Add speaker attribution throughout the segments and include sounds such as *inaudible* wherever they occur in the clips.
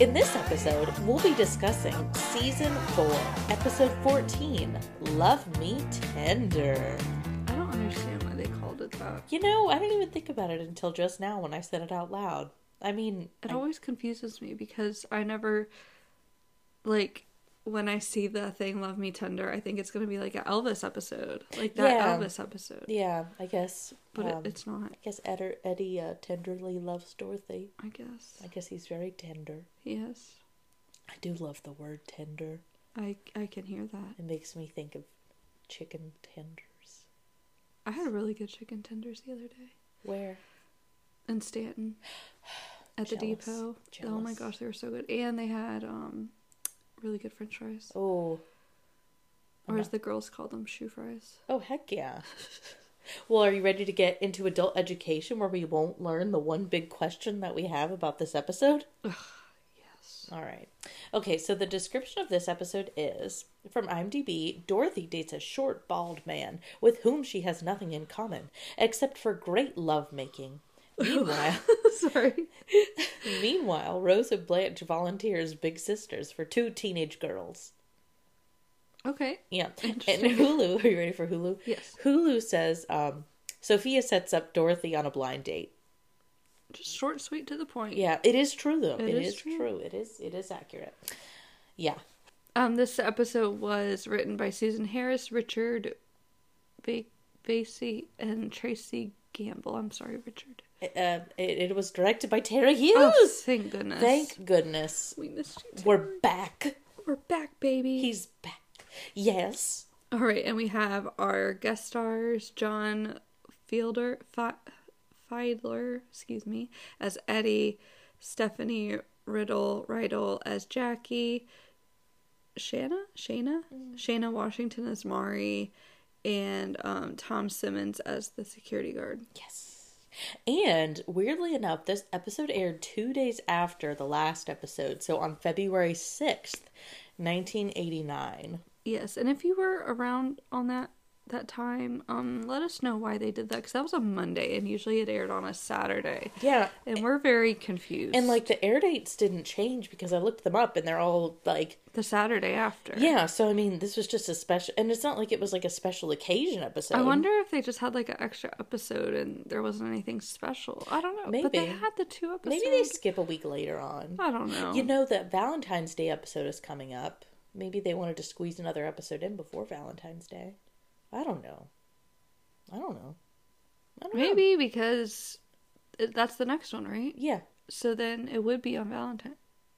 Speaker 1: In this episode, we'll be discussing season 4, episode 14 Love Me Tender.
Speaker 2: I don't understand why they called it that.
Speaker 1: You know, I didn't even think about it until just now when I said it out loud. I mean,
Speaker 2: It
Speaker 1: I-
Speaker 2: always confuses me because I never, like, when I see the thing Love Me Tender, I think it's going to be like an Elvis episode. Like that
Speaker 1: Yeah.
Speaker 2: Elvis episode.
Speaker 1: yeah, I guess.
Speaker 2: But
Speaker 1: um,
Speaker 2: it, it's not,
Speaker 1: I guess Ed- Eddie uh, tenderly loves Dorothy.
Speaker 2: I guess.
Speaker 1: I guess he's very tender.
Speaker 2: Yes.
Speaker 1: I do love the word tender.
Speaker 2: I, I can hear that.
Speaker 1: It makes me think of chicken tenders.
Speaker 2: I had really good chicken tenders the other day
Speaker 1: Where? *sighs*
Speaker 2: in Stanton at the
Speaker 1: Jealous.
Speaker 2: depot. Oh my
Speaker 1: Jealous.
Speaker 2: gosh, they were so good. And they had um really good french fries.
Speaker 1: Oh,
Speaker 2: Or as the girls call them, shoe fries.
Speaker 1: oh, heck yeah. well, are you ready to get into adult education where we won't learn the one big question that we have about this episode?
Speaker 2: Yes.
Speaker 1: All right. Okay, so the description of this episode is from IMDb Dorothy dates a short, bald man with whom she has nothing in common except for great
Speaker 2: *laughs*
Speaker 1: lovemaking. Meanwhile,
Speaker 2: *laughs*
Speaker 1: *laughs*
Speaker 2: Sorry.
Speaker 1: meanwhile, Rose and Blanche volunteer as big sisters for two teenage girls.
Speaker 2: Okay.
Speaker 1: Yeah. And
Speaker 2: Interesting.
Speaker 1: Hulu, *laughs* are you ready for Hulu?
Speaker 2: Yes.
Speaker 1: Hulu says um, Sophia sets up Dorothy on a blind date.
Speaker 2: Just short, sweet, to the point.
Speaker 1: Yeah, it is true though.
Speaker 2: It
Speaker 1: it
Speaker 2: is
Speaker 1: is,
Speaker 2: true.
Speaker 1: true. It is it is accurate. Yeah.
Speaker 2: Um, this episode was written by Susan Harris, Richard ba- Basie, and Tracy Gamble. I'm sorry, Richard.
Speaker 1: Uh, it, it was directed by Tara Hughes.
Speaker 2: Oh, thank goodness.
Speaker 1: Thank goodness.
Speaker 2: We missed you.
Speaker 1: We're back.
Speaker 2: We're back, baby.
Speaker 1: He's back. Yes.
Speaker 2: All right, and we have our guest stars John Fielder Fi- Fiedler, excuse me, as Eddie, Stephanie Riddle Riddle as Jackie, Shanna Shana
Speaker 1: Mm-hmm.
Speaker 2: Shana Washington as Mari, and um, Tom Simmons as the security guard.
Speaker 1: Yes. And weirdly enough, this episode aired two days after the last episode. So on February 6th, 1989.
Speaker 2: Yes, and if you were around on that that time, um, let us know why they did that because that was a Monday, and usually it aired on a Saturday,
Speaker 1: Yeah.
Speaker 2: and we're very confused.
Speaker 1: And like the air dates didn't change because I looked them up and they're all like,
Speaker 2: the Saturday after.
Speaker 1: yeah. So I mean, this was just a special, and it's not like it was like a special occasion episode.
Speaker 2: I wonder if they just had like an extra episode and there wasn't anything special. I don't know. But they
Speaker 1: Maybe.
Speaker 2: had the two episodes.
Speaker 1: Maybe they skip a week later on.
Speaker 2: I don't know.
Speaker 1: You know that Valentine's Day episode is coming up. Maybe they wanted to squeeze another episode in before Valentine's Day. I don't know. I don't know. I don't know.
Speaker 2: Maybe because it- that's the next one, right?
Speaker 1: Yeah.
Speaker 2: So then it would be on Valentine.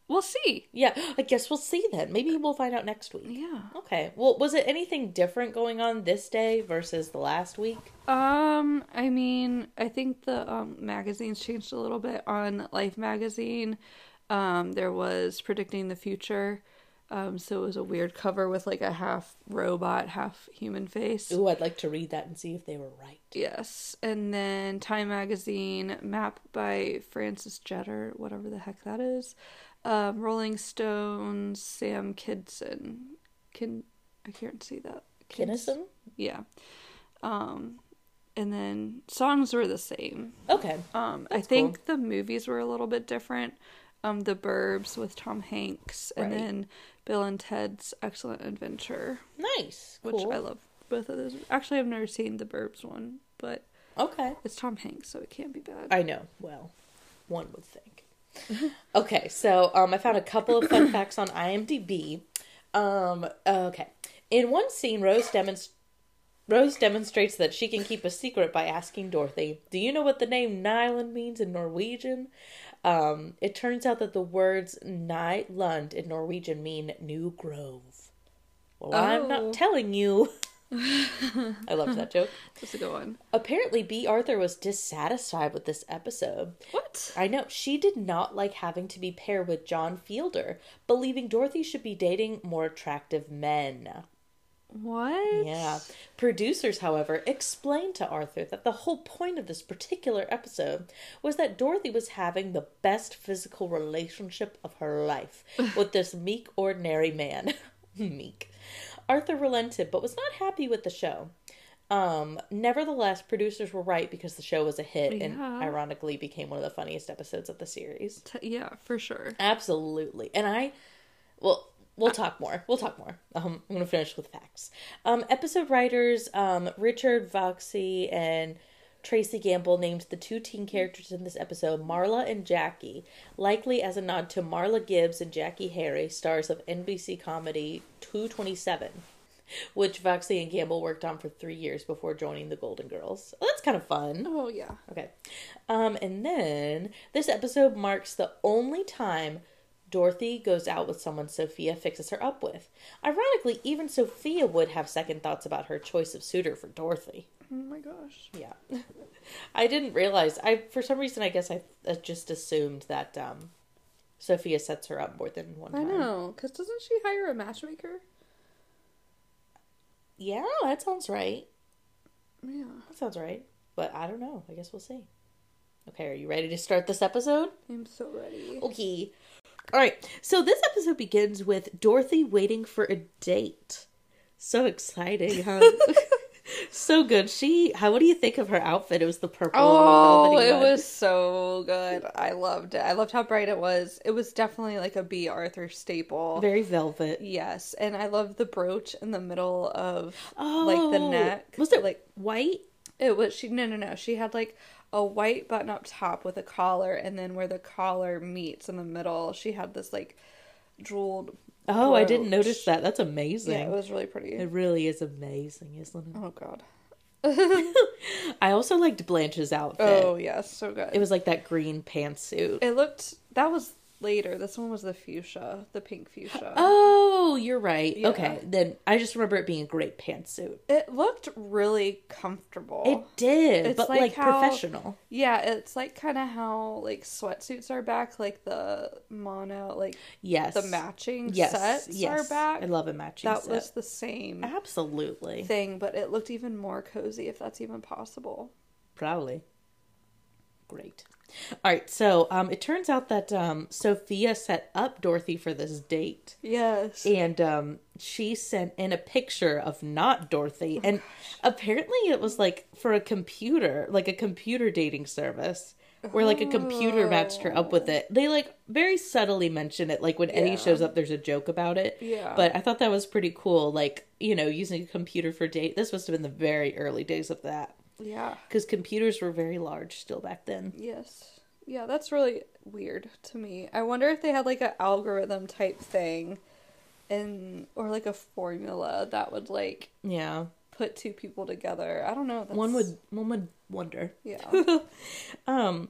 Speaker 2: We'll see.
Speaker 1: Yeah. *gasps* I guess we'll see then. Maybe we'll find out next week.
Speaker 2: Yeah.
Speaker 1: Okay. Well, was it anything different going on this day versus the last week?
Speaker 2: Um, I mean, I think the um magazines changed a little bit on Life magazine. Um, there was predicting the future. Um, so it was a weird cover with like a half robot, half human face.
Speaker 1: Ooh, I'd like to read that and see if they were right.
Speaker 2: Yes, and then Time Magazine, Map by Francis Jetter, whatever the heck that is, um, Rolling Stones, Sam Kidson, Kin, I can't see that. Kids-
Speaker 1: Kinnison?
Speaker 2: yeah, um, and then songs were the same.
Speaker 1: Okay.
Speaker 2: Um, I think the movies were a little bit different. Um, The Burbs with Tom Hanks, and
Speaker 1: Right.
Speaker 2: then Bill and Ted's Excellent Adventure,
Speaker 1: Nice.
Speaker 2: which
Speaker 1: Cool.
Speaker 2: I love both of those. Actually, I've never seen The Burbs one, but.
Speaker 1: Okay.
Speaker 2: It's Tom Hanks, so it can't be bad.
Speaker 1: I know. Well, one would think. okay, so um, I found a couple of fun facts on IMDb. Um, okay, in one scene, Rose demonstrates. Rose demonstrates that she can keep a secret by asking Dorothy, Do you know what the name Nyland means in Norwegian? Um, it turns out that the words Nyland in Norwegian mean new grove. Well, I'm
Speaker 2: Oh.
Speaker 1: not telling you. *laughs* I love that joke.
Speaker 2: That's a good one.
Speaker 1: Apparently, B. Arthur was dissatisfied with this episode.
Speaker 2: What?
Speaker 1: I know. She did not like having to be paired with John Fielder, believing Dorothy should be dating more attractive men.
Speaker 2: What?
Speaker 1: Yeah. Producers, however, explained to Arthur that the whole point of this particular episode was that Dorothy was having the best physical relationship of her life with this meek, ordinary man. *laughs* meek. Arthur relented, but was not happy with the show. Um, nevertheless, producers were right because the show was a hit and
Speaker 2: Yeah.
Speaker 1: ironically became one of the funniest episodes of the series.
Speaker 2: T- yeah, for sure.
Speaker 1: Absolutely. And I, well, we'll talk more. We'll talk more. Um, I'm going to finish with facts. Um, episode writers um, Richard Voxey and Tracy Gamble named the two teen characters in this episode Marla and Jackie, likely as a nod to Marla Gibbs and Jackie Harry, stars of NBC comedy 227. Which Voxey and Gamble worked on for three years before joining the Golden Girls. Well, that's kind of fun.
Speaker 2: Oh yeah.
Speaker 1: Okay. Um, and then this episode marks the only time Dorothy goes out with someone Sophia fixes her up with. Ironically, even Sophia would have second thoughts about her choice of suitor for Dorothy.
Speaker 2: Oh my gosh.
Speaker 1: Yeah. *laughs* I didn't realize. I for some reason I guess I, I just assumed that um Sophia sets her up more than one
Speaker 2: I
Speaker 1: time.
Speaker 2: know, cause doesn't she hire a matchmaker?
Speaker 1: Yeah, that sounds right.
Speaker 2: Yeah.
Speaker 1: That sounds right. But I don't know. I guess we'll see. Okay, are you ready to start this episode?
Speaker 2: I'm so ready.
Speaker 1: Okay. All right. So this episode begins with Dorothy waiting for a date. So exciting,
Speaker 2: *laughs*
Speaker 1: huh? so good. She, how? What do you think of her outfit? It was the purple.
Speaker 2: Oh,
Speaker 1: velvety
Speaker 2: it
Speaker 1: one.
Speaker 2: was so good. I loved it. I loved how bright it was. It was definitely like a B. Arthur staple.
Speaker 1: very velvet.
Speaker 2: Yes, and I love the brooch in the middle of
Speaker 1: Oh,
Speaker 2: like the neck.
Speaker 1: Was it
Speaker 2: like
Speaker 1: like white?
Speaker 2: it was? She no no no. She had like a white button up top with a collar, and then where the collar meets in the middle, she had this like jeweled.
Speaker 1: Oh, I didn't
Speaker 2: brooch.
Speaker 1: notice that. That's amazing.
Speaker 2: Yeah, it was really pretty.
Speaker 1: it really is amazing, isn't
Speaker 2: oh god.
Speaker 1: it? I also liked Blanche's outfit.
Speaker 2: Oh yes, so good.
Speaker 1: It was like that green pantsuit.
Speaker 2: It looked that was later. This one was the fuchsia, the pink fuchsia.
Speaker 1: Oh, you're right.
Speaker 2: Yeah.
Speaker 1: Okay, then I just remember it being a great pantsuit.
Speaker 2: It looked really comfortable.
Speaker 1: It did,
Speaker 2: It's
Speaker 1: but
Speaker 2: like
Speaker 1: like,
Speaker 2: how-
Speaker 1: professional.
Speaker 2: yeah, it's like kind of how like sweatsuits are back, like the mono, like
Speaker 1: Yes,
Speaker 2: the matching
Speaker 1: yes,
Speaker 2: sets
Speaker 1: yes.
Speaker 2: are back.
Speaker 1: I love a matching
Speaker 2: that
Speaker 1: set.
Speaker 2: was the same
Speaker 1: Absolutely,
Speaker 2: thing, but it looked even more cozy if that's even possible.
Speaker 1: probably great. All right, so um, it turns out that um, Sophia set up Dorothy for this date,
Speaker 2: Yes.
Speaker 1: and um, she sent in a picture of not Dorothy,
Speaker 2: Oh
Speaker 1: and apparently it was like for a computer, like a computer dating service. Where like a computer matched her up with it. They like very subtly mention it. Like when
Speaker 2: Yeah.
Speaker 1: Eddie shows up, there's a joke about it.
Speaker 2: yeah.
Speaker 1: But I thought that was pretty cool. Like, you know, using a computer for date. This must have been the very early days of that.
Speaker 2: yeah.
Speaker 1: Because computers were very large still back then.
Speaker 2: Yes. Yeah, that's really weird to me. I wonder if they had like an algorithm type thing and or like a formula that would like
Speaker 1: Yeah.
Speaker 2: put two people together. I don't know. That's,
Speaker 1: One would one would wonder.
Speaker 2: Yeah.
Speaker 1: *laughs* Um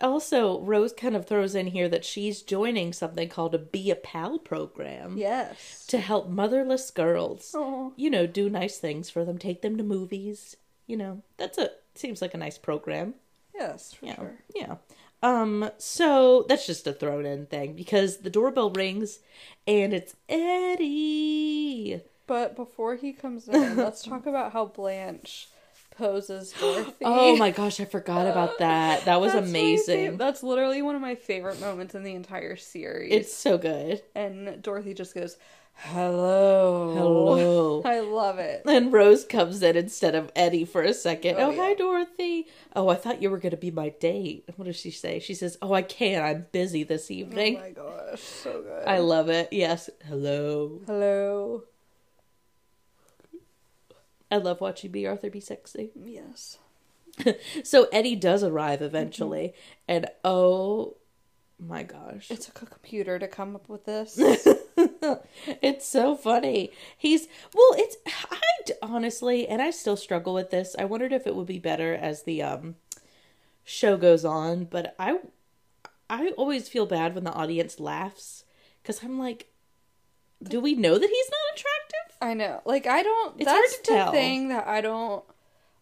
Speaker 1: also Rose kind of throws in here that she's joining something called a Be a Pal program
Speaker 2: yes.
Speaker 1: to help motherless girls.
Speaker 2: Oh.
Speaker 1: You know, do nice things for them, take them to movies. You know, that's a seems like a nice program.
Speaker 2: Yes, for
Speaker 1: Yeah.
Speaker 2: sure.
Speaker 1: Yeah. Um, so that's just a thrown in thing because the doorbell rings and it's Eddie.
Speaker 2: But before he
Speaker 1: *laughs*
Speaker 2: comes in, let's talk about how Blanche
Speaker 1: *gasps*
Speaker 2: poses Dorothy.
Speaker 1: Oh my gosh, I forgot about that. That was
Speaker 2: That's my fav-
Speaker 1: amazing.
Speaker 2: that's literally one of my favorite moments in the entire series.
Speaker 1: It's so good.
Speaker 2: and Dorothy just goes, "Hello,
Speaker 1: Hello.
Speaker 2: I love it.
Speaker 1: And Rose comes in instead of Eddie for a second.
Speaker 2: Oh,
Speaker 1: Oh,
Speaker 2: yeah.
Speaker 1: hi, Dorothy. Oh, I thought you were going to be my date. What does she say? She says, Oh, I can't. I'm busy this
Speaker 2: Oh
Speaker 1: evening.
Speaker 2: my gosh, so good.
Speaker 1: I love it. Yes. Hello.
Speaker 2: Hello.
Speaker 1: I love watching B. Arthur be sexy.
Speaker 2: Yes.
Speaker 1: So Eddie does arrive eventually,
Speaker 2: Mm-hmm.
Speaker 1: and oh my gosh,
Speaker 2: It took a computer to come up with this.
Speaker 1: *laughs* it's so funny. He's well, it's I d- honestly, and I still struggle with this. I wondered if it would be better as the um show goes on, but I I always feel bad when the audience laughs because I'm like, do we know that he's not attractive?
Speaker 2: I know. Like I don't.
Speaker 1: It's hard
Speaker 2: that's
Speaker 1: to
Speaker 2: the
Speaker 1: tell.
Speaker 2: thing that I don't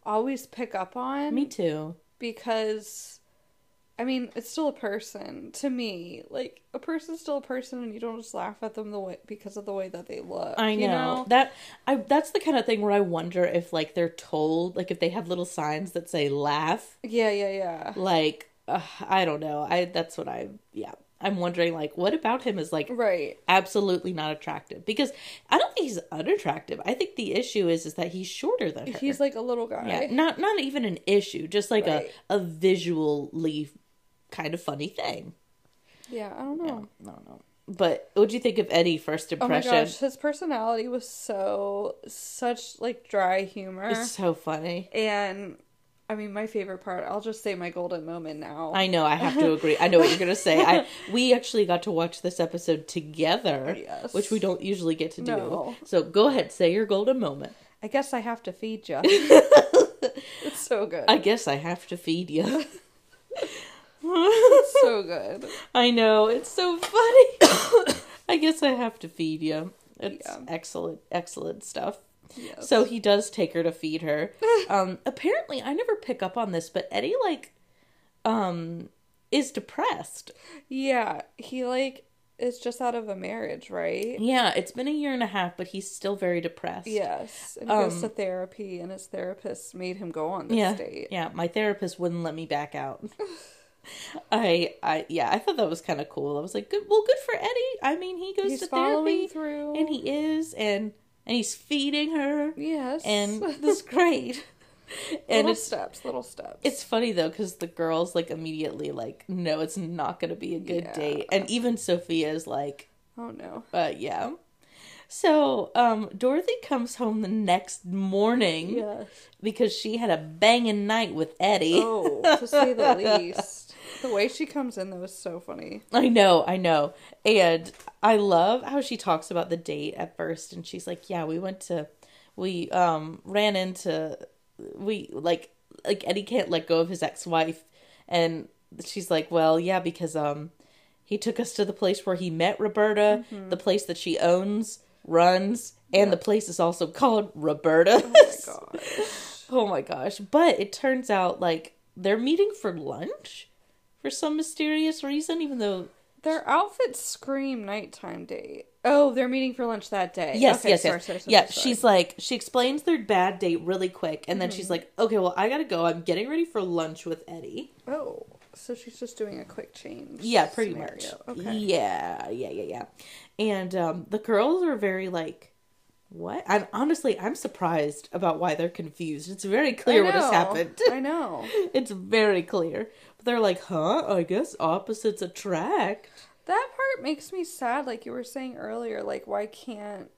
Speaker 2: always pick up on
Speaker 1: Me too.
Speaker 2: because I mean, it's still a person to me. Like a person's still a person, and you don't just laugh at them the way because of the way that they look.
Speaker 1: I know.
Speaker 2: You know?
Speaker 1: that I that's the kind of thing where I wonder if like they're told like if they have little signs that say laugh
Speaker 2: Yeah, yeah, yeah.
Speaker 1: like uh, I don't know I that's what I yeah I'm wondering like what about him is like
Speaker 2: Right.
Speaker 1: absolutely not attractive because I don't think he's unattractive I think the issue is is that he's shorter than her
Speaker 2: He's like a little guy.
Speaker 1: yeah not not even an issue just like
Speaker 2: Right.
Speaker 1: a a visually kind of funny thing
Speaker 2: Yeah, I don't know.
Speaker 1: I don't know but what do you think of Eddie first
Speaker 2: Oh my
Speaker 1: impression
Speaker 2: gosh, his personality was so such like dry humor.
Speaker 1: it's so funny
Speaker 2: and I mean, my favorite part, I'll just say my golden moment now.
Speaker 1: I know. I have to agree. I know what you're gonna say. I we actually got to watch this episode together,
Speaker 2: Yes.
Speaker 1: which we don't usually get to do.
Speaker 2: No.
Speaker 1: So go ahead, say your golden moment.
Speaker 2: I guess I have to
Speaker 1: *laughs*
Speaker 2: feed you. it's so good.
Speaker 1: I guess I have to feed you.
Speaker 2: *laughs* It's so good.
Speaker 1: I know it's so funny. *coughs* I guess I have to feed you. It's
Speaker 2: Yeah.
Speaker 1: excellent, excellent stuff.
Speaker 2: Yes.
Speaker 1: So he does take her to feed
Speaker 2: *laughs*
Speaker 1: her. um, apparently, I never pick up on this, but Eddie like, um, is depressed.
Speaker 2: yeah, he like is just out of a marriage, right?
Speaker 1: Yeah, it's been a year and a half, but he's still very depressed.
Speaker 2: Yes. And he goes to therapy, and his therapist made him go on this
Speaker 1: Um, yeah,
Speaker 2: date.
Speaker 1: Yeah, my therapist wouldn't let me back out. *laughs* I, I, yeah, I thought that was kind of cool. I was like, good, well, good for Eddie. I mean, he goes
Speaker 2: He's
Speaker 1: to
Speaker 2: following
Speaker 1: therapy,
Speaker 2: through.
Speaker 1: and he is, and and he's feeding her,
Speaker 2: yes. *laughs*
Speaker 1: and that's great. and
Speaker 2: little
Speaker 1: it's
Speaker 2: steps, little steps.
Speaker 1: it's funny though because the girls like immediately like, no, it's not gonna be a good
Speaker 2: Yeah.
Speaker 1: date, and even Sophia is like,
Speaker 2: oh no.
Speaker 1: uh, yeah. So, um, Dorothy comes home the next morning
Speaker 2: Yes.
Speaker 1: because she had a banging night with Eddie.
Speaker 2: Oh, to say
Speaker 1: *laughs*
Speaker 2: the least. The way she comes in though is so funny.
Speaker 1: I know, I know. And I love how she talks about the date at first and she's like, "Yeah, we went to we um ran into we like like Eddie can't let go of his ex-wife and she's like, "Well, yeah, because um he took us to the place where he met Roberta,
Speaker 2: Mm-hmm.
Speaker 1: the place that she owns, runs, and the place is also called Roberta."
Speaker 2: Oh my god.
Speaker 1: *laughs* Oh my gosh. But it turns out like they're meeting for lunch for some mysterious reason, even though
Speaker 2: Their outfits scream nighttime date. Oh, they're meeting for lunch that day.
Speaker 1: Yes,
Speaker 2: Okay,
Speaker 1: yes,
Speaker 2: sorry,
Speaker 1: yes.
Speaker 2: sorry, sorry,
Speaker 1: yeah,
Speaker 2: sorry.
Speaker 1: she's like she explains their bad date really quick and then
Speaker 2: Mm-hmm.
Speaker 1: she's like, Okay, well I gotta go. I'm getting ready for lunch with Eddie.
Speaker 2: Oh, so she's just doing a quick change.
Speaker 1: Yeah, pretty
Speaker 2: scenario.
Speaker 1: much.
Speaker 2: Okay.
Speaker 1: Yeah, yeah, yeah, yeah. And um the girls are very like what? And honestly, I'm surprised about why they're confused. It's very clear what has
Speaker 2: know,
Speaker 1: happened.
Speaker 2: I know.
Speaker 1: *laughs* it's very clear. But they're like, huh? I guess opposites attract.
Speaker 2: That part makes me sad, like you were saying earlier, like why can't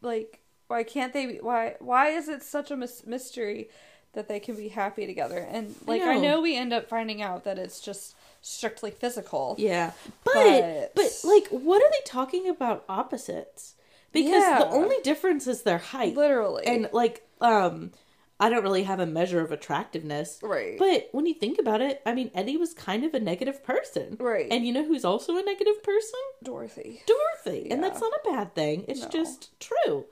Speaker 2: like why can't they be, why why is it such a mys- mystery that they can be happy together? And like I know.
Speaker 1: know.
Speaker 2: we end up finding out that it's just strictly physical.
Speaker 1: Yeah. But,
Speaker 2: But-
Speaker 1: but like what are they talking about opposites? Because the
Speaker 2: Yeah.
Speaker 1: only difference is their height.
Speaker 2: Literally.
Speaker 1: And like um I don't really have a measure of attractiveness.
Speaker 2: Right.
Speaker 1: But when you think about it, I mean Eddie was kind of a negative person.
Speaker 2: Right.
Speaker 1: And you know who's also a negative person?
Speaker 2: Dorothy.
Speaker 1: Dorothy. And
Speaker 2: Yeah.
Speaker 1: that's not a bad thing. It's
Speaker 2: No.
Speaker 1: just true.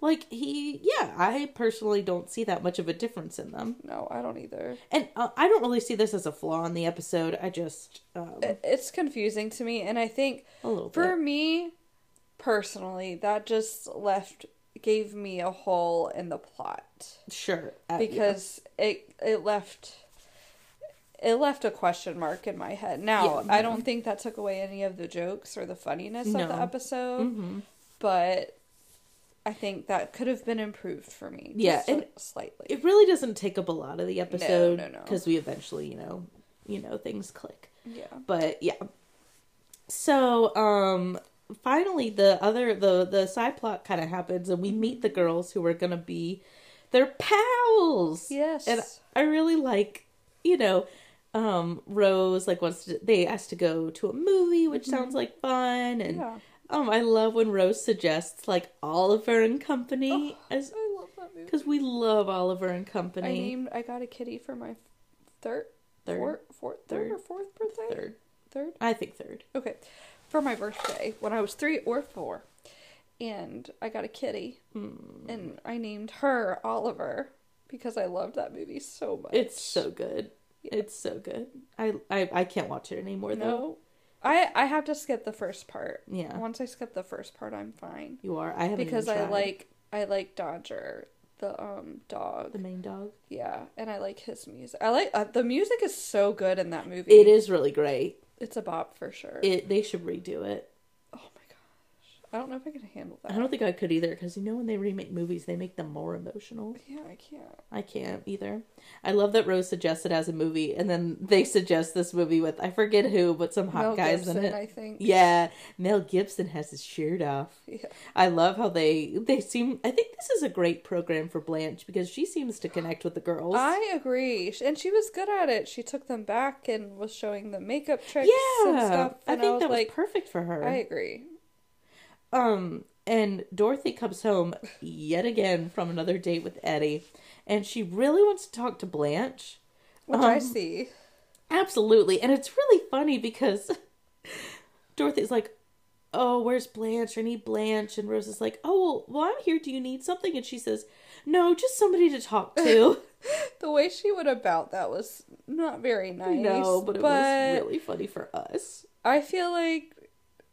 Speaker 1: Like he yeah, I personally don't see that much of a difference in them.
Speaker 2: No, I don't either.
Speaker 1: And uh, I don't really see this as a flaw in the episode. I just um,
Speaker 2: It- It's confusing to me and I think
Speaker 1: a little bit.
Speaker 2: Uh, For me, personally, that just left gave me a hole in the plot
Speaker 1: Sure. uh, yeah.
Speaker 2: because it it left it left a question mark in my head. Now,
Speaker 1: Yeah.
Speaker 2: I don't think that took away any of the jokes or the funniness of
Speaker 1: No. Mm-hmm.
Speaker 2: the episode, but I think that could have been improved for me.
Speaker 1: Yeah,
Speaker 2: just a-
Speaker 1: and
Speaker 2: slightly.
Speaker 1: It really doesn't take up a lot of the
Speaker 2: no,
Speaker 1: episode
Speaker 2: no.
Speaker 1: because we eventually, you know, you know, things click.
Speaker 2: yeah.
Speaker 1: But yeah. So, um finally the other the the side plot kind of happens and
Speaker 2: Mm-hmm.
Speaker 1: we meet the girls who are going to be their pals.
Speaker 2: Yes.
Speaker 1: And I really like, you know, um Rose like wants to they asked to go to a movie, which sounds like fun and
Speaker 2: Mm-hmm. yeah.
Speaker 1: Um, I love when Rose suggests like Oliver and Company as
Speaker 2: I love that movie.
Speaker 1: because we love Oliver and
Speaker 2: I
Speaker 1: Company.
Speaker 2: named I got a kitty for my third
Speaker 1: Third.
Speaker 2: fourth, fourth, third or fourth birthday?
Speaker 1: third,
Speaker 2: Third?
Speaker 1: I think third.
Speaker 2: Okay. For my birthday, when I was three or four, and I got a kitty,
Speaker 1: Mm.
Speaker 2: and I named her Oliver because I loved that movie so much.
Speaker 1: It's so good. It's so good. I, I I can't watch it anymore though.
Speaker 2: No. I I have to skip the first part.
Speaker 1: Yeah,
Speaker 2: Once I skip the first part, I'm fine
Speaker 1: you are. I haven't even
Speaker 2: because I
Speaker 1: tried.
Speaker 2: like I like Dodger the um dog.
Speaker 1: the main dog.
Speaker 2: Yeah, and I like his music. I like uh, the music is so good in that movie.
Speaker 1: It is really great.
Speaker 2: It's a bop for sure.
Speaker 1: It they should redo it.
Speaker 2: oh my gosh, I don't know if I can handle that.
Speaker 1: I don't think I could either because you know when they remake movies, they make them more emotional.
Speaker 2: yeah, I can't.
Speaker 1: I can't either. I love that Rose suggests it as a movie, and then they suggest this movie with I forget who, but some hot
Speaker 2: Mel
Speaker 1: guys
Speaker 2: Gibson,
Speaker 1: in it.
Speaker 2: I think.
Speaker 1: Yeah, Mel Gibson has his shirt off.
Speaker 2: Yeah.
Speaker 1: I love how they they seem. I think this is a great program for Blanche because she seems to connect with the girls.
Speaker 2: I agree, and she was good at it. She took them back and was showing them makeup tricks and
Speaker 1: yeah,
Speaker 2: stuff.
Speaker 1: I
Speaker 2: And
Speaker 1: think that was
Speaker 2: like,
Speaker 1: perfect for her.
Speaker 2: I agree.
Speaker 1: Um, and Dorothy comes home yet again from another date with Eddie, and she really wants to talk to Blanche.
Speaker 2: Which I
Speaker 1: Um,
Speaker 2: see. *laughs*
Speaker 1: Absolutely. And it's really funny because *laughs* Dorothy's like, Oh, where's Blanche? I need Blanche. And Rose is like, Oh, well, well, I'm here. Do you need something? And she says, No, just somebody to talk to. *laughs*
Speaker 2: The way she went about that was not very
Speaker 1: I
Speaker 2: nice.
Speaker 1: know, but it
Speaker 2: but
Speaker 1: was really funny for us.
Speaker 2: I feel like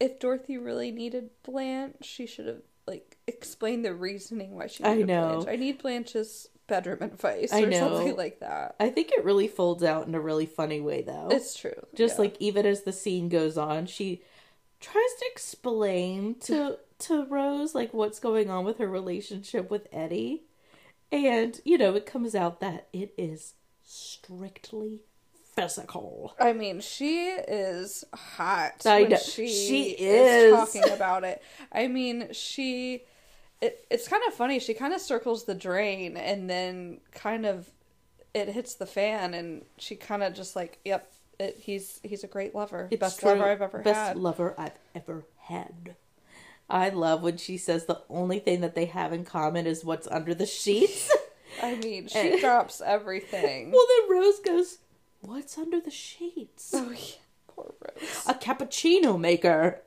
Speaker 2: if Dorothy really needed Blanche, she should have like explained the reasoning why she
Speaker 1: I
Speaker 2: needed
Speaker 1: know.
Speaker 2: Blanche. I need Blanche's bedroom *laughs* advice
Speaker 1: I
Speaker 2: or
Speaker 1: know.
Speaker 2: something like that.
Speaker 1: I think it really folds out in a really funny way, though.
Speaker 2: It's true.
Speaker 1: Just
Speaker 2: yeah.
Speaker 1: like even as the scene goes on, she tries to explain to to Rose like what's going on with her relationship with Eddie. And, you know, it comes out that it is strictly physical.
Speaker 2: I mean, she is hot.
Speaker 1: I
Speaker 2: when
Speaker 1: know.
Speaker 2: She,
Speaker 1: She is.
Speaker 2: is. talking about it. I mean, she. It, it's kind of funny. She kind of circles the drain and then kind of it hits the fan, and she kind of just like, yep, it, he's he's a great lover,
Speaker 1: It's
Speaker 2: best
Speaker 1: true.
Speaker 2: lover I've ever
Speaker 1: Best
Speaker 2: had.
Speaker 1: lover I've ever had. I love when she says the only thing that they have in common is what's under the sheets. *laughs*
Speaker 2: I mean, she drops everything.
Speaker 1: well, then Rose goes, "What's under the sheets?"
Speaker 2: *laughs* oh, yeah. Poor Rose.
Speaker 1: a cappuccino maker.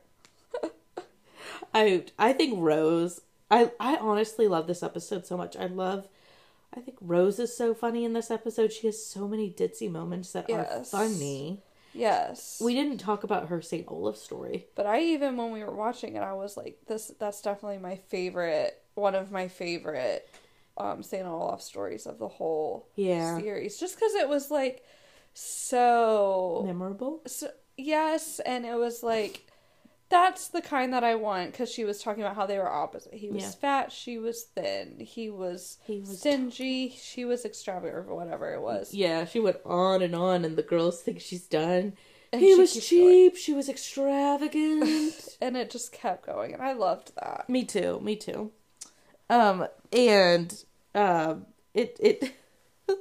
Speaker 1: *laughs* I I think Rose. I I honestly love this episode so much. I love. I think Rose is so funny in this episode. She has so many ditzy moments that are
Speaker 2: Yes.
Speaker 1: funny.
Speaker 2: Yes.
Speaker 1: We didn't talk about her St. Olaf story.
Speaker 2: but I even when we were watching it, I was like, this that's definitely my favorite one of my favorite um St. Olaf stories of the whole
Speaker 1: Yeah.
Speaker 2: series. Just because it was like so
Speaker 1: Memorable.
Speaker 2: so yes and it was like that's the kind that i want because she was talking about how they were opposite he was
Speaker 1: Yeah.
Speaker 2: fat she was thin he was,
Speaker 1: He was-
Speaker 2: stingy she was extravagant or whatever it was
Speaker 1: Yeah, she went on and on, and the girls think she's done.
Speaker 2: And
Speaker 1: he
Speaker 2: she
Speaker 1: was
Speaker 2: keeps
Speaker 1: cheap. She was *laughs* extravagant.
Speaker 2: and it just kept going and i loved that
Speaker 1: Me too. Me too. Um, and um, it it. *laughs*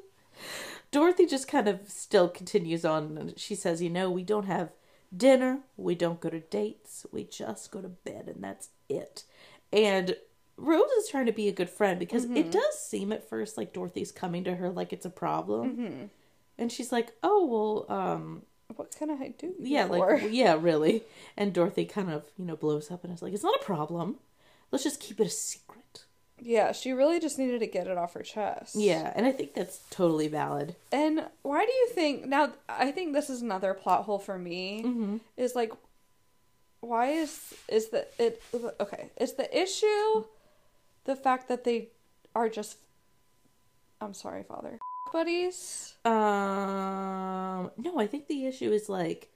Speaker 1: Dorothy just kind of still continues on. and She says, "You know, we don't have dinner. We don't go to dates. We just go to bed, and that's it." And Rose is trying to be a good friend because it does seem at first like Dorothy's coming to her like it's a problem, and she's like, "Oh well, um,
Speaker 2: what can i do
Speaker 1: yeah, like
Speaker 2: for?
Speaker 1: yeah, really. And Dorothy kind of, you know, blows up and is like, "It's not a problem. Let's just keep it a secret."
Speaker 2: yeah she really just needed to get it off her chest
Speaker 1: Yeah, and I think that's totally valid.
Speaker 2: and why do you think now i think this is another plot hole for me
Speaker 1: Mm-hmm.
Speaker 2: is like why is is the it okay is the issue the fact that they are just i'm sorry father *laughs* buddies
Speaker 1: Um, no, I think the issue is like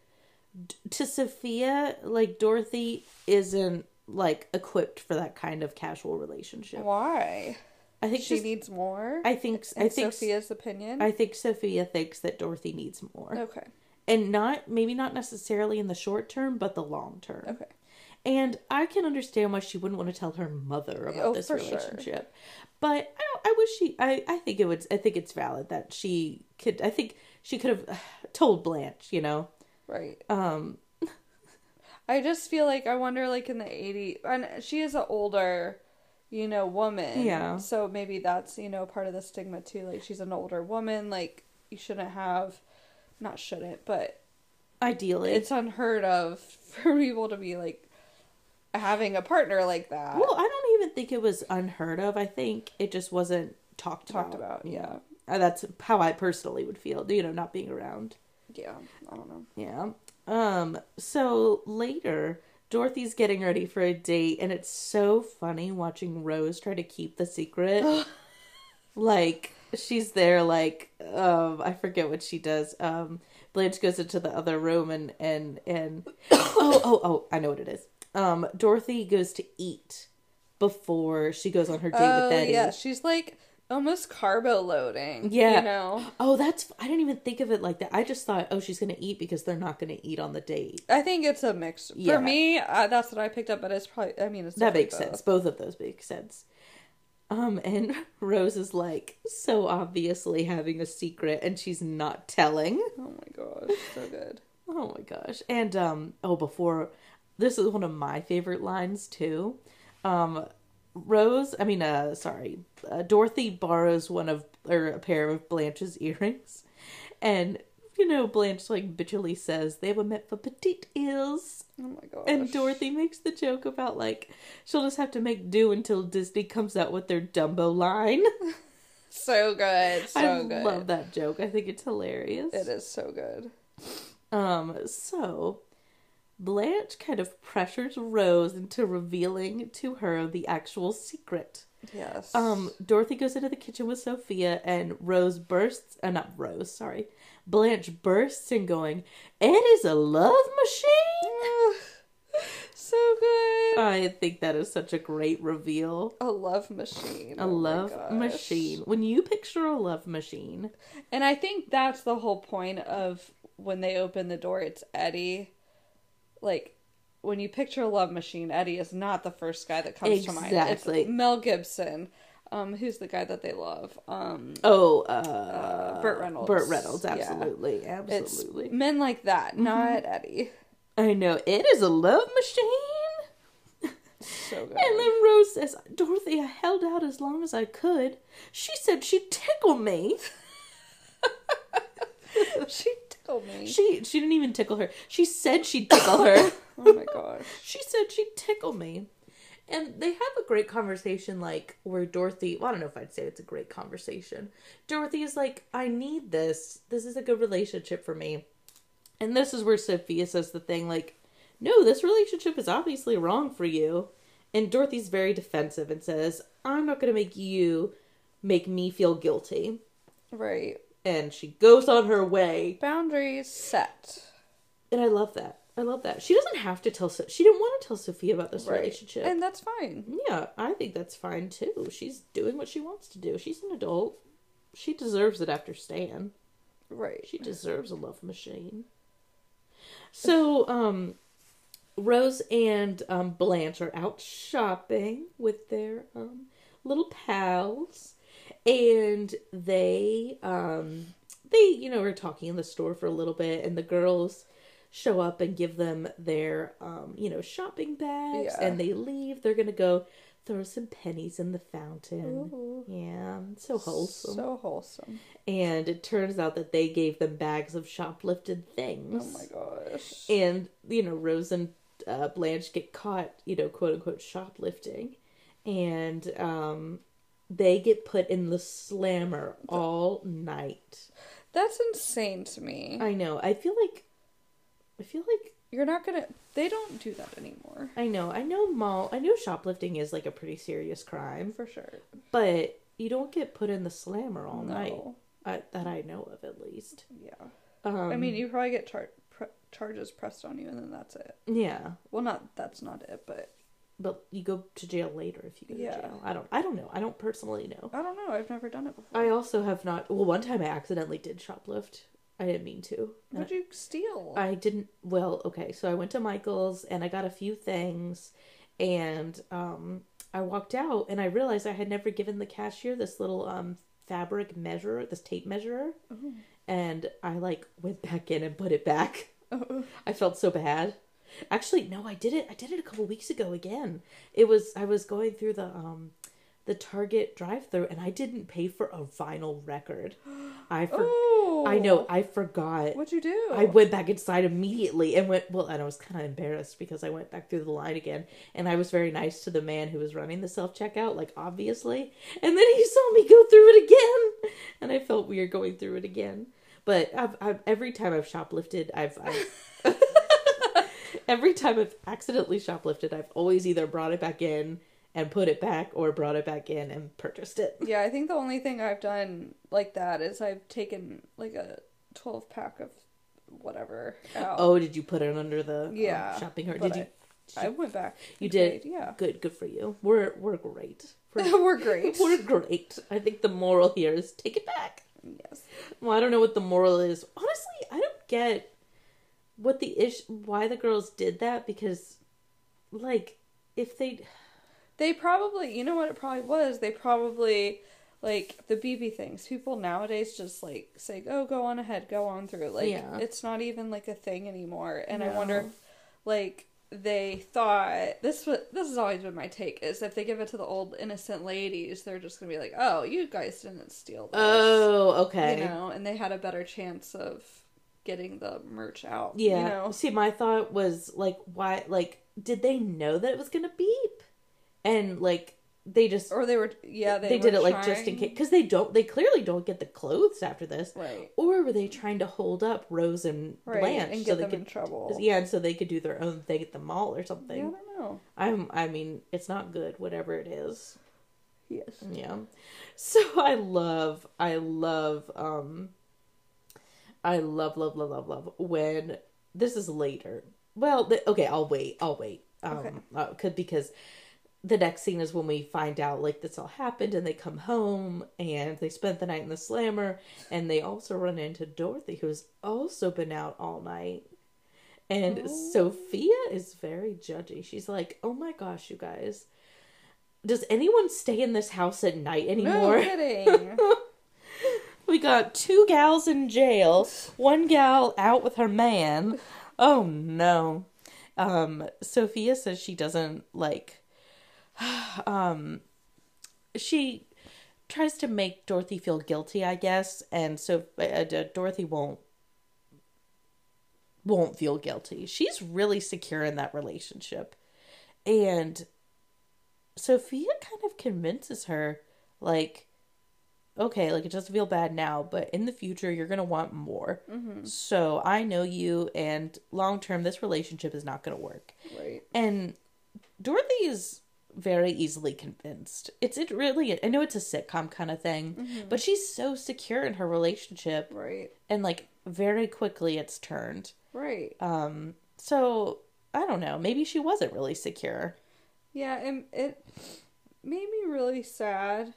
Speaker 1: d- to Sophia, like Dorothy isn't like equipped for that kind of casual relationship.
Speaker 2: why
Speaker 1: I think
Speaker 2: she
Speaker 1: just-
Speaker 2: needs more
Speaker 1: I think I
Speaker 2: in
Speaker 1: think
Speaker 2: sophia's opinion
Speaker 1: I think Sophia thinks that Dorothy needs more.
Speaker 2: okay
Speaker 1: And not maybe not necessarily in the short term, but the long term.
Speaker 2: okay
Speaker 1: And I can understand why she wouldn't want to tell her mother about
Speaker 2: Oh,
Speaker 1: this
Speaker 2: for sure.
Speaker 1: relationship. But I don't, I wish she I, I think it would I think it's valid that she could I think she could have *sighs* told Blanche, you know.
Speaker 2: right
Speaker 1: Um
Speaker 2: I just feel like I wonder, like in the 80s, and she is an older, you know, woman.
Speaker 1: Yeah.
Speaker 2: So maybe that's you know part of the stigma too. Like she's an older woman. Like you shouldn't have, not shouldn't, but
Speaker 1: ideally.
Speaker 2: it's unheard of *laughs* for people to be like having a partner like that.
Speaker 1: well, I don't even think it was unheard of. I think it just wasn't talked
Speaker 2: talked
Speaker 1: about.
Speaker 2: about, yeah.
Speaker 1: Uh, That's how I personally would feel, you know, not being around.
Speaker 2: Yeah, I don't know.
Speaker 1: Yeah. Um, so later, Dorothy's getting ready for a date, and it's so funny watching Rose try to keep the
Speaker 2: *laughs*
Speaker 1: secret. like, she's there, like, um, I forget what she does. Um, Blanche goes into the other room and, and, and, *coughs* oh, oh, oh, I know what it is. Um, Dorothy goes to eat before she goes on her date
Speaker 2: Oh
Speaker 1: with Eddie.
Speaker 2: yeah, she's like almost carbo loading.
Speaker 1: Yeah.
Speaker 2: you know.
Speaker 1: Oh, that's, I didn't even think of it like that. I just thought, oh, she's going to eat because they're not going to eat on the date.
Speaker 2: I think it's a mix.
Speaker 1: Yeah.
Speaker 2: For me, uh, that's what I picked up, but it's probably. I mean, it's
Speaker 1: That
Speaker 2: definitely
Speaker 1: makes
Speaker 2: both.
Speaker 1: sense. Both of those make sense. Um, and *laughs* Rose is like so obviously having a secret and she's not telling.
Speaker 2: Oh my gosh, so good.
Speaker 1: Oh my gosh. And um oh before this is one of my favorite lines too. Um Rose, I mean uh sorry. Uh, Dorothy borrows one of or a pair of Blanche's earrings and you know Blanche like bitterly says they were meant for petite eels.
Speaker 2: Oh my gosh.
Speaker 1: And Dorothy makes the joke about like she'll just have to make do until Disney comes out with their Dumbo line.
Speaker 2: so good,
Speaker 1: *laughs*
Speaker 2: so
Speaker 1: I
Speaker 2: good.
Speaker 1: love that joke. I think it's hilarious.
Speaker 2: It is so good.
Speaker 1: Um so Blanche kind of pressures Rose into revealing to her the actual secret.
Speaker 2: Yes.
Speaker 1: Um Dorothy goes into the kitchen with Sophia and Rose bursts uh, not Rose, sorry. Blanche bursts in going, It is a love machine.
Speaker 2: *sighs* so good.
Speaker 1: I think that is such a great reveal.
Speaker 2: a love machine.
Speaker 1: A
Speaker 2: Oh my
Speaker 1: love
Speaker 2: gosh.
Speaker 1: machine. When you picture a love machine,
Speaker 2: And I think that's the whole point of when they open the door, it's Eddie. Like, when you picture a love machine, Eddie is not the first guy that comes to mind. It's
Speaker 1: Exactly.
Speaker 2: Mel Gibson. Um, who's the guy that they love? Um,
Speaker 1: oh, uh,
Speaker 2: Uh, Burt Reynolds.
Speaker 1: Burt Reynolds,
Speaker 2: Yeah.
Speaker 1: absolutely, Mm-hmm.
Speaker 2: it's
Speaker 1: absolutely.
Speaker 2: men like that, not Eddie.
Speaker 1: *laughs* I know it is a love machine. *laughs*
Speaker 2: So good.
Speaker 1: And then Rose says, "Dorothy, I held out as long as I could. She said she'd tickle *laughs* me.
Speaker 2: she tickled me.
Speaker 1: She she didn't even tickle her. She said she'd tickle her. *laughs*
Speaker 2: Oh my gosh.
Speaker 1: She said she'd tickle me. And they have a great conversation, like where Dorothy. Well, I don't know if I'd say it's a great conversation. Dorothy is like, "I need this. This is a good relationship for me." And this is where Sophia says the thing, like, "No, this relationship is obviously wrong for you." And Dorothy's very defensive and says, "I'm not going to make you make me feel guilty."
Speaker 2: Right.
Speaker 1: And she goes on her way.
Speaker 2: Boundaries set.
Speaker 1: And I love that. I love that. She doesn't have to tell. So- she didn't want to tell Sophia about this
Speaker 2: Right.
Speaker 1: relationship.
Speaker 2: And that's fine.
Speaker 1: Yeah, I think that's fine too. She's doing what she wants to do. She's an adult. She deserves it after Stan.
Speaker 2: Right.
Speaker 1: She deserves a love machine. So, um, Rose and um, Blanche are out shopping with their um, little pals, and they um, they you know are talking in the store for a little bit, and the girls show up and give them their um, you know shopping bags,
Speaker 2: Yeah.
Speaker 1: and they leave. They're gonna go throw some pennies in the fountain.
Speaker 2: Ooh.
Speaker 1: Yeah, so wholesome.
Speaker 2: So wholesome.
Speaker 1: And it turns out that they gave them bags of shoplifted
Speaker 2: Oh
Speaker 1: things.
Speaker 2: my gosh.
Speaker 1: And, you know, Rose and uh, Blanche get caught, you know, quote unquote, shoplifting. And um, they get put in the slammer all night.
Speaker 2: That's insane to me.
Speaker 1: I know. I feel like. I feel like.
Speaker 2: You're not gonna. They don't do that anymore.
Speaker 1: I know. I know mall. I know shoplifting is like a pretty serious crime,
Speaker 2: For sure.
Speaker 1: but you don't get put in the slammer all night.
Speaker 2: No.
Speaker 1: I, that I know of, at least.
Speaker 2: Yeah.
Speaker 1: Um,
Speaker 2: I mean, you probably get char- pre- charges pressed on you, and then that's it.
Speaker 1: yeah.
Speaker 2: Well, not that's not it, but
Speaker 1: but you go to jail later if you go to
Speaker 2: Yeah.
Speaker 1: jail. I don't I don't know. I don't personally know.
Speaker 2: I don't know. I've never done it before.
Speaker 1: I also have not well one time I accidentally did shoplift. I didn't mean to.
Speaker 2: What'd you steal?
Speaker 1: I didn't well, okay, so I went to Michael's and I got a few things and um I walked out and I realized I had never given the cashier this little um fabric measurer, this tape measurer. And I like went back in and put it back.
Speaker 2: oh,
Speaker 1: I felt so bad. Actually, no, I did it. I did it a couple weeks ago again. It was I was going through the um the Target drive-through and I didn't pay for a vinyl record. I for,
Speaker 2: No.
Speaker 1: I know. I forgot.
Speaker 2: What'd you do?
Speaker 1: I went back inside immediately and went, well, and I was kind of embarrassed because I went back through the line again and I was very nice to the man who was running the self checkout, like obviously. And then he saw me go through it again and I felt weird going through it again. But I've, I've, every time I've shoplifted, I've,
Speaker 2: *laughs*
Speaker 1: I've every time I've accidentally shoplifted, I've always either brought it back in and put it back or brought it back in and purchased it.
Speaker 2: Yeah, I think the only thing I've done like that is I've taken like a 12 pack of whatever out.
Speaker 1: Oh, did you put it under the um,
Speaker 2: Yeah,
Speaker 1: shopping cart?
Speaker 2: but
Speaker 1: Did you?
Speaker 2: I went back.
Speaker 1: You
Speaker 2: and
Speaker 1: did?
Speaker 2: paid, Yeah.
Speaker 1: Good, good for you. We're we're great. We're,
Speaker 2: *laughs*
Speaker 1: *laughs*
Speaker 2: We're great.
Speaker 1: we're great. I think the moral here is take it back.
Speaker 2: yes.
Speaker 1: Well, I don't know what the moral is. Honestly, I don't get what the ish why the girls did that because, like, if they
Speaker 2: They probably, you know what it probably was? They probably, like, the BB things. People nowadays just, like, say, oh, go on ahead, go on through. Like,
Speaker 1: Yeah.
Speaker 2: it's not even, like, a thing anymore. And I
Speaker 1: No.
Speaker 2: wonder if, like, they thought this was this has always been my take is if they give it to the old innocent ladies they're just gonna be like oh you guys didn't steal this
Speaker 1: oh okay
Speaker 2: you know and they had a better chance of getting the merch out
Speaker 1: yeah
Speaker 2: you know
Speaker 1: see my thought was like why like did they know that it was gonna beep and like they just
Speaker 2: or they were yeah they,
Speaker 1: they, did
Speaker 2: were
Speaker 1: it like just in
Speaker 2: trying-
Speaker 1: case because they don't they clearly don't get the clothes after this
Speaker 2: right
Speaker 1: or were they trying to hold up Rose and
Speaker 2: right
Speaker 1: Blanche
Speaker 2: and get
Speaker 1: so they
Speaker 2: them
Speaker 1: could
Speaker 2: in trouble
Speaker 1: yeah and so they could do their own thing at the mall or
Speaker 2: Yeah, I
Speaker 1: something
Speaker 2: don't know
Speaker 1: I'm I mean it's not good whatever it is
Speaker 2: yes
Speaker 1: yeah so I love I love um I love love love love love when this is later well the, okay I'll wait I'll wait um
Speaker 2: Okay.
Speaker 1: uh, could because the next scene is when we find out like this all happened and they come home and they spent the night in the slammer and they also run into dorothy who's also been out all night and
Speaker 2: Oh.
Speaker 1: sophia is very judgy she's like oh my gosh you guys does anyone stay in this house at night anymore
Speaker 2: no kidding
Speaker 1: we got two gals in jail, one gal out with her man. Oh no. Um Sophia says she doesn't like *sighs* um she tries to make Dorothy feel guilty, I guess, and so uh, uh, Dorothy won't won't feel guilty. She's really secure in that relationship. And Sophia kind of convinces her like okay, like it doesn't feel bad now, but in the future you're gonna want more. So I know you, and long term this relationship is not gonna work.
Speaker 2: *laughs* right
Speaker 1: And Dorothy is very easily convinced. It's it really. I know it's a sitcom kind of thing, but she's so secure in her relationship,
Speaker 2: right
Speaker 1: and like very quickly it's turned.
Speaker 2: right
Speaker 1: Um, so I don't know. Maybe she wasn't really secure.
Speaker 2: yeah and it made me really sad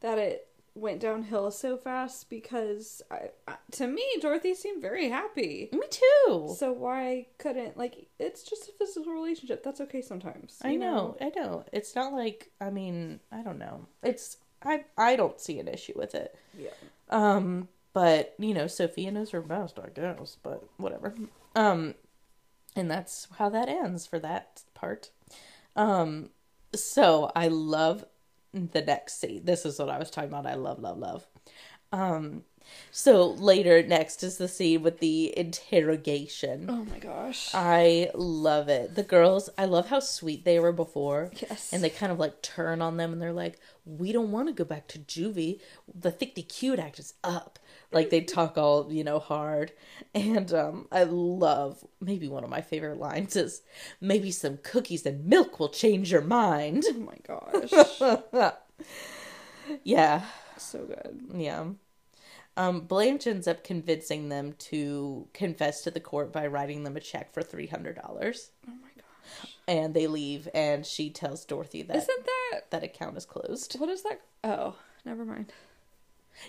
Speaker 2: that it went downhill so fast because I, I, to me dorothy seemed very happy
Speaker 1: Me too.
Speaker 2: so why couldn't like it's just a physical relationship that's okay sometimes
Speaker 1: I
Speaker 2: you
Speaker 1: know, I know. It's not like I mean, I don't know. It's I I don't see an issue with it.
Speaker 2: yeah
Speaker 1: Um, but you know, Sophia knows her best, I guess, but whatever. Um and that's how that ends for that part. Um so I love the next scene. This is what I was talking about. I love, love, love. Um so later next is the scene with the interrogation.
Speaker 2: oh my gosh
Speaker 1: I love it. The girls, I love how sweet they were before.
Speaker 2: Yes.
Speaker 1: And they kind of like turn on them and they're like, we don't want to go back to juvie. The 50 cute act is up. Like they talk all, you know, hard. And um, I love, maybe one of my favorite lines is, maybe some cookies and milk will change your mind. *laughs*
Speaker 2: Oh my gosh. *laughs*
Speaker 1: yeah.
Speaker 2: so good.
Speaker 1: Yeah. Um, Blanche ends up convincing them to confess to the court by writing them a check for $300.
Speaker 2: Oh my gosh.
Speaker 1: and they leave and she tells dorothy that
Speaker 2: Isn't that
Speaker 1: that account is closed
Speaker 2: what is that? Oh, never mind.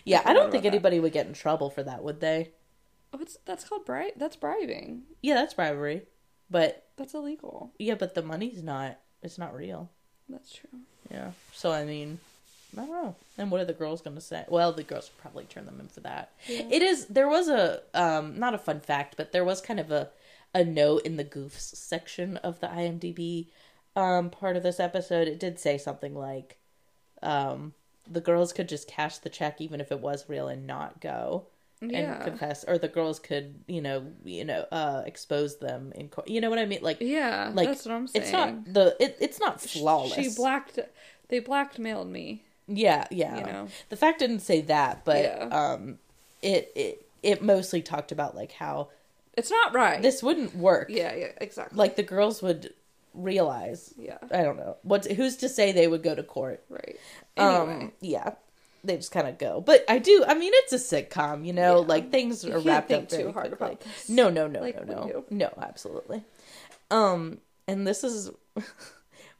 Speaker 1: yeah i
Speaker 2: forgot
Speaker 1: don't think
Speaker 2: about that.
Speaker 1: anybody would get in trouble for that would they
Speaker 2: What's Oh, that's called bribe? That's bribing.
Speaker 1: yeah that's bribery but
Speaker 2: That's illegal.
Speaker 1: yeah but the money's not it's not real
Speaker 2: That's true.
Speaker 1: yeah so i mean i don't know and what are the girls gonna say well the girls would probably turn them in for that
Speaker 2: Yeah.
Speaker 1: it is there was a um not a fun fact but there was kind of a a note in the goofs section of the imdb um part of this episode it did say something like um the girls could just cash the check even if it was real and not go
Speaker 2: Yeah.
Speaker 1: and confess, or the girls could, you know, you know, uh, expose them in court. You know what I mean? Like,
Speaker 2: Yeah,
Speaker 1: like
Speaker 2: that's what I'm saying.
Speaker 1: it's not the it, it's not flawless.
Speaker 2: She blacked. They blackmailed me.
Speaker 1: yeah, yeah.
Speaker 2: You know.
Speaker 1: The fact didn't say that, but
Speaker 2: Yeah.
Speaker 1: um, it it it mostly talked about like how
Speaker 2: It's not right.
Speaker 1: this wouldn't work.
Speaker 2: yeah, yeah, exactly.
Speaker 1: like the girls would realize.
Speaker 2: yeah,
Speaker 1: I don't know what's who's to say they would go to court.
Speaker 2: right. Anyway,
Speaker 1: Um, yeah, they just kind of go. But I do. I mean, it's a sitcom, you know.
Speaker 2: Yeah.
Speaker 1: Like things
Speaker 2: You
Speaker 1: are
Speaker 2: can't
Speaker 1: wrapped
Speaker 2: think
Speaker 1: up very
Speaker 2: too hard
Speaker 1: quickly.
Speaker 2: about this.
Speaker 1: No, no, no,
Speaker 2: Like
Speaker 1: no,
Speaker 2: we
Speaker 1: no,
Speaker 2: do.
Speaker 1: no. Absolutely. Um, and this is *laughs*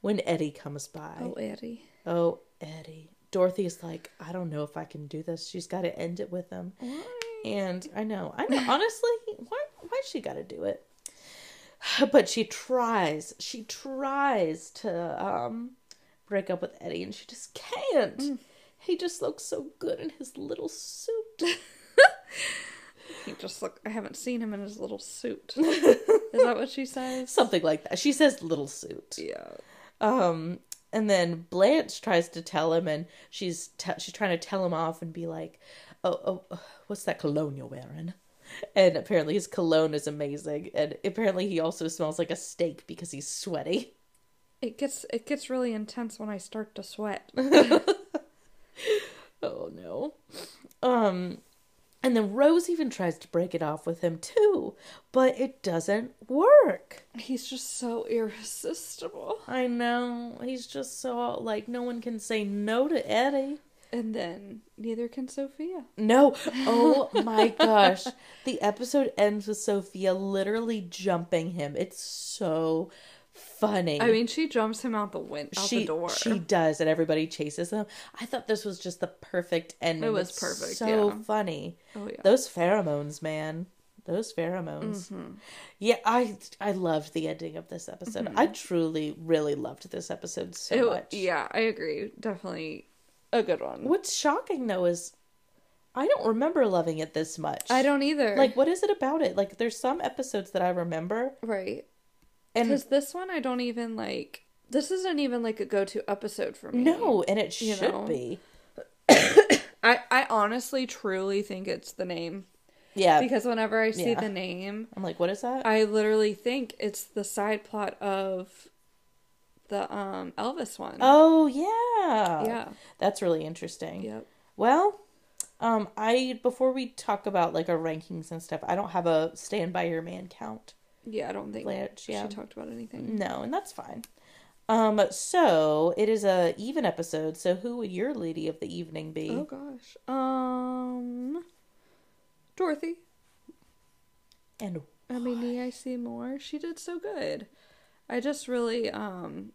Speaker 1: when Eddie comes by.
Speaker 2: oh Eddie,
Speaker 1: Oh, Eddie. Dorothy's like, I don't know if I can do this. She's got to end it with him.
Speaker 2: why?
Speaker 1: And I know, I know. Honestly, why? Why she got to do it? *sighs* But she tries. She tries to um, break up with Eddie, and she just can't. He just looks so good in his little suit. *laughs*
Speaker 2: He just look. I haven't seen him in his
Speaker 1: *laughs*
Speaker 2: little suit. Is that what she says?
Speaker 1: Something like that. She says little suit.
Speaker 2: Yeah.
Speaker 1: Um, and then Blanche tries to tell him, and she's te- she's trying to tell him off and be like, "Oh, oh, what's that cologne you're wearing?" And apparently his cologne is amazing, and apparently he also smells like a steak because he's sweaty. *laughs*
Speaker 2: It gets it gets really intense when I start to sweat.
Speaker 1: Oh no. Um, and then Rose even tries to break it off with him too, but it doesn't work.
Speaker 2: He's just so irresistible.
Speaker 1: I know he's just so like no one can say no to Eddie.
Speaker 2: And then neither can Sophia. *laughs*
Speaker 1: No. Oh my gosh. The episode ends with Sophia literally jumping him. It's so funny.
Speaker 2: I mean, she jumps him out the win out
Speaker 1: she
Speaker 2: the door.
Speaker 1: she does and everybody chases them. I thought this was just the perfect ending.
Speaker 2: It was
Speaker 1: It's
Speaker 2: perfect,
Speaker 1: So
Speaker 2: yeah.
Speaker 1: funny.
Speaker 2: oh yeah.
Speaker 1: Those pheromones, man. Those pheromones.
Speaker 2: Mm-hmm.
Speaker 1: Yeah, I I loved the ending of this episode. I truly really loved this episode so
Speaker 2: Mm-hmm. It-
Speaker 1: much.
Speaker 2: Yeah, I agree. Definitely a good one.
Speaker 1: What's shocking though is I don't remember loving it this much.
Speaker 2: I don't either.
Speaker 1: Like, what is it about it? Like, there's some episodes that I remember,
Speaker 2: right.
Speaker 1: and
Speaker 2: Because this one, I don't even like. This isn't even like a go to episode for me.
Speaker 1: no, and it should
Speaker 2: know.
Speaker 1: be.
Speaker 2: I, I honestly, truly think it's the name.
Speaker 1: Yeah,
Speaker 2: Because whenever I see
Speaker 1: Yeah.
Speaker 2: the name,
Speaker 1: I'm like, what is that?
Speaker 2: I literally think it's the side plot of the um Elvis one.
Speaker 1: oh yeah,
Speaker 2: yeah.
Speaker 1: that's really interesting.
Speaker 2: Yep.
Speaker 1: Well, um, I before we talk about like our rankings and stuff, I don't have a Stand By Your Man count.
Speaker 2: Yeah, I don't think
Speaker 1: Blanche, yeah.
Speaker 2: she talked about anything.
Speaker 1: No, and that's fine. Um, so it is a even episode. So who would your lady of the evening be?
Speaker 2: Oh gosh. Um Dorothy.
Speaker 1: And
Speaker 2: I mean, need I see more? She did so good. I just really, um,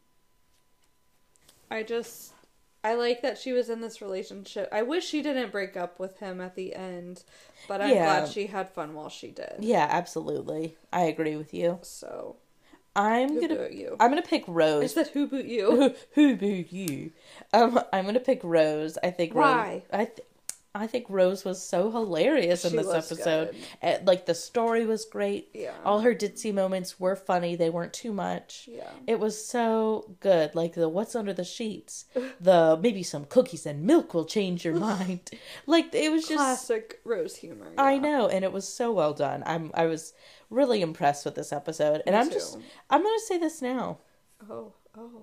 Speaker 2: I just, I like that she was in this relationship. I wish she didn't break up with him at the end, but I'm
Speaker 1: Yeah.
Speaker 2: glad she had fun while she did.
Speaker 1: yeah, absolutely, I agree with you.
Speaker 2: So,
Speaker 1: I'm
Speaker 2: who
Speaker 1: gonna
Speaker 2: boot you?
Speaker 1: I'm gonna pick
Speaker 2: I
Speaker 1: Rose
Speaker 2: said, who boot you?
Speaker 1: who, who booed you? Um, I'm gonna pick Rose. I think Rose,
Speaker 2: Why?
Speaker 1: I th- I think Rose was so hilarious in
Speaker 2: She
Speaker 1: this
Speaker 2: was
Speaker 1: episode.
Speaker 2: good.
Speaker 1: Eh, like the story was great.
Speaker 2: Yeah.
Speaker 1: All her ditzy moments were funny. They weren't too much.
Speaker 2: Yeah.
Speaker 1: It was so good. Like the what's under the sheets. The maybe some cookies and milk will change
Speaker 2: *laughs*
Speaker 1: your mind. like it was just
Speaker 2: Classic Rose humor.
Speaker 1: I
Speaker 2: yeah.
Speaker 1: know, and it was so well done. I'm I was really impressed with this episode. And
Speaker 2: Me
Speaker 1: I'm just
Speaker 2: too.
Speaker 1: I'm gonna say this now.
Speaker 2: Oh, oh.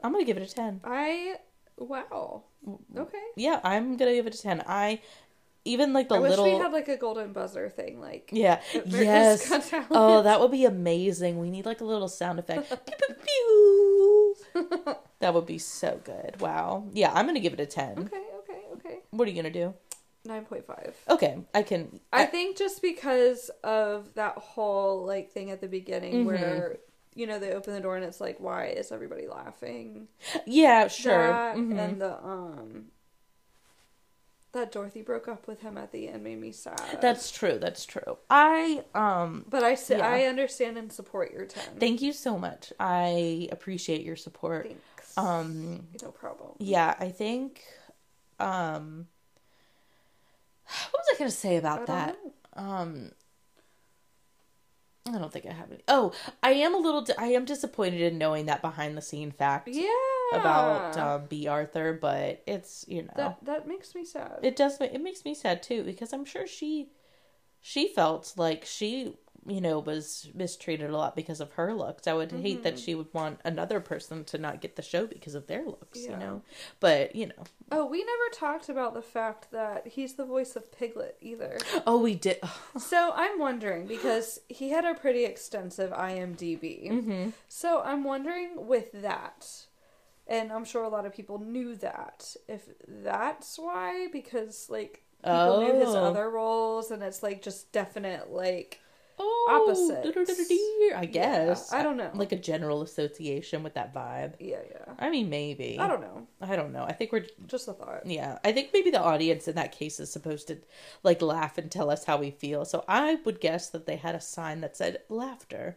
Speaker 1: I'm gonna give it a ten.
Speaker 2: I, wow.
Speaker 1: Mm-hmm.
Speaker 2: Okay.
Speaker 1: yeah, I'm gonna give it a ten. I even like the
Speaker 2: I wish
Speaker 1: little
Speaker 2: we had like a golden buzzer thing. Like, *laughs*
Speaker 1: yeah
Speaker 2: America's Got
Speaker 1: yes.
Speaker 2: Talent.
Speaker 1: Oh, that would
Speaker 2: *laughs*
Speaker 1: be amazing. We need like a little sound effect. Pew, pew, pew.
Speaker 2: *laughs*
Speaker 1: that would be so good. Wow. Yeah, I'm gonna give it a ten.
Speaker 2: Okay, okay, okay.
Speaker 1: What are you gonna do?
Speaker 2: 9.5.
Speaker 1: Okay, I can.
Speaker 2: I think just because of that whole like thing at the beginning
Speaker 1: Mm-hmm.
Speaker 2: where you know they open the door and it's like why is everybody laughing?
Speaker 1: yeah, sure.
Speaker 2: That
Speaker 1: Mhm.
Speaker 2: and the um that Dorothy broke up with him at the end made me sad.
Speaker 1: That's true. That's true. I um.
Speaker 2: but I s-
Speaker 1: yeah.
Speaker 2: I understand and support your 10.
Speaker 1: Thank you so much. I appreciate your support.
Speaker 2: Thanks.
Speaker 1: Um.
Speaker 2: no problem.
Speaker 1: Yeah, I think. Um, what was I gonna say about
Speaker 2: I don't
Speaker 1: that?
Speaker 2: know.
Speaker 1: Um, I don't think I have any. Oh, I am a little. Di- I am disappointed in knowing that behind the scene fact
Speaker 2: Yeah.
Speaker 1: about uh, B. Arthur, but it's you know
Speaker 2: that that makes me sad.
Speaker 1: it does. ma- It makes me sad too because I'm sure she she felt like she, you know, was mistreated a lot because of her looks. I would hate that she would want another person to not get the show because of their looks,
Speaker 2: Yeah.
Speaker 1: you know. But, you know,
Speaker 2: Oh, we never talked about the fact that he's the voice of Piglet either.
Speaker 1: oh, we did.
Speaker 2: So I'm wondering because he had a pretty extensive IMDb.
Speaker 1: Mm-hmm.
Speaker 2: So I'm wondering with that, and I'm sure a lot of people knew that, if that's why, because like people knew his
Speaker 1: Oh.
Speaker 2: other roles, and it's like just definite, like,
Speaker 1: Oh,
Speaker 2: Opposites.
Speaker 1: du-du-du-du-du, I guess.
Speaker 2: I don't know.
Speaker 1: Like a general association with that vibe.
Speaker 2: yeah, yeah.
Speaker 1: I mean, maybe.
Speaker 2: I don't know.
Speaker 1: I don't know. I think we're
Speaker 2: Just a thought.
Speaker 1: Yeah, I think maybe the audience in that case is supposed to like laugh and tell us how we feel. So I would guess that they had a sign that said laughter,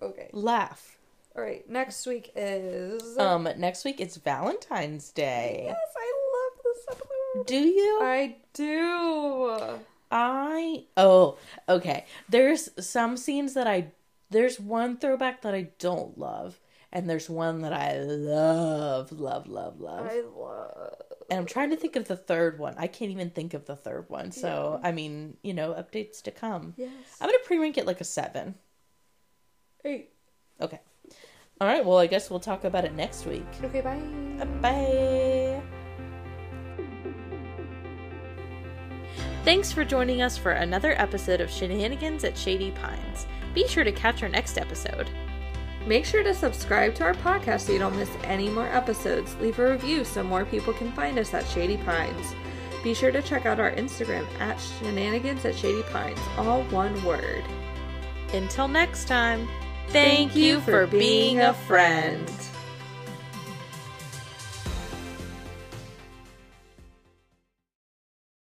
Speaker 2: Okay.
Speaker 1: laugh.
Speaker 2: All right. Next week is.
Speaker 1: Um, next week it's Valentine's Day.
Speaker 2: yes, I love this episode.
Speaker 1: Do you?
Speaker 2: I do.
Speaker 1: I oh okay. There's some scenes that I there's one throwback that I don't love, and there's one that I love, love, love, love.
Speaker 2: I love.
Speaker 1: and I'm trying to think of the third one. I can't even think of the third one. So I mean, you know, updates to come.
Speaker 2: Yes.
Speaker 1: I'm gonna pre-rank it like a seven.
Speaker 2: Hey.
Speaker 1: Okay. All right. Well, I guess we'll talk about it next week.
Speaker 2: Okay, bye.
Speaker 1: Bye. Thanks for joining us for another episode of Shenanigans at Shady Pines. Be sure to catch our next episode.
Speaker 2: Make sure to subscribe to our podcast so you don't miss any more episodes. Leave a review so more people can find us at Shady Pines. Be sure to check out our Instagram at shenanigans at Shady Pines, all one word.
Speaker 1: Until next time, thank, you for being a friend.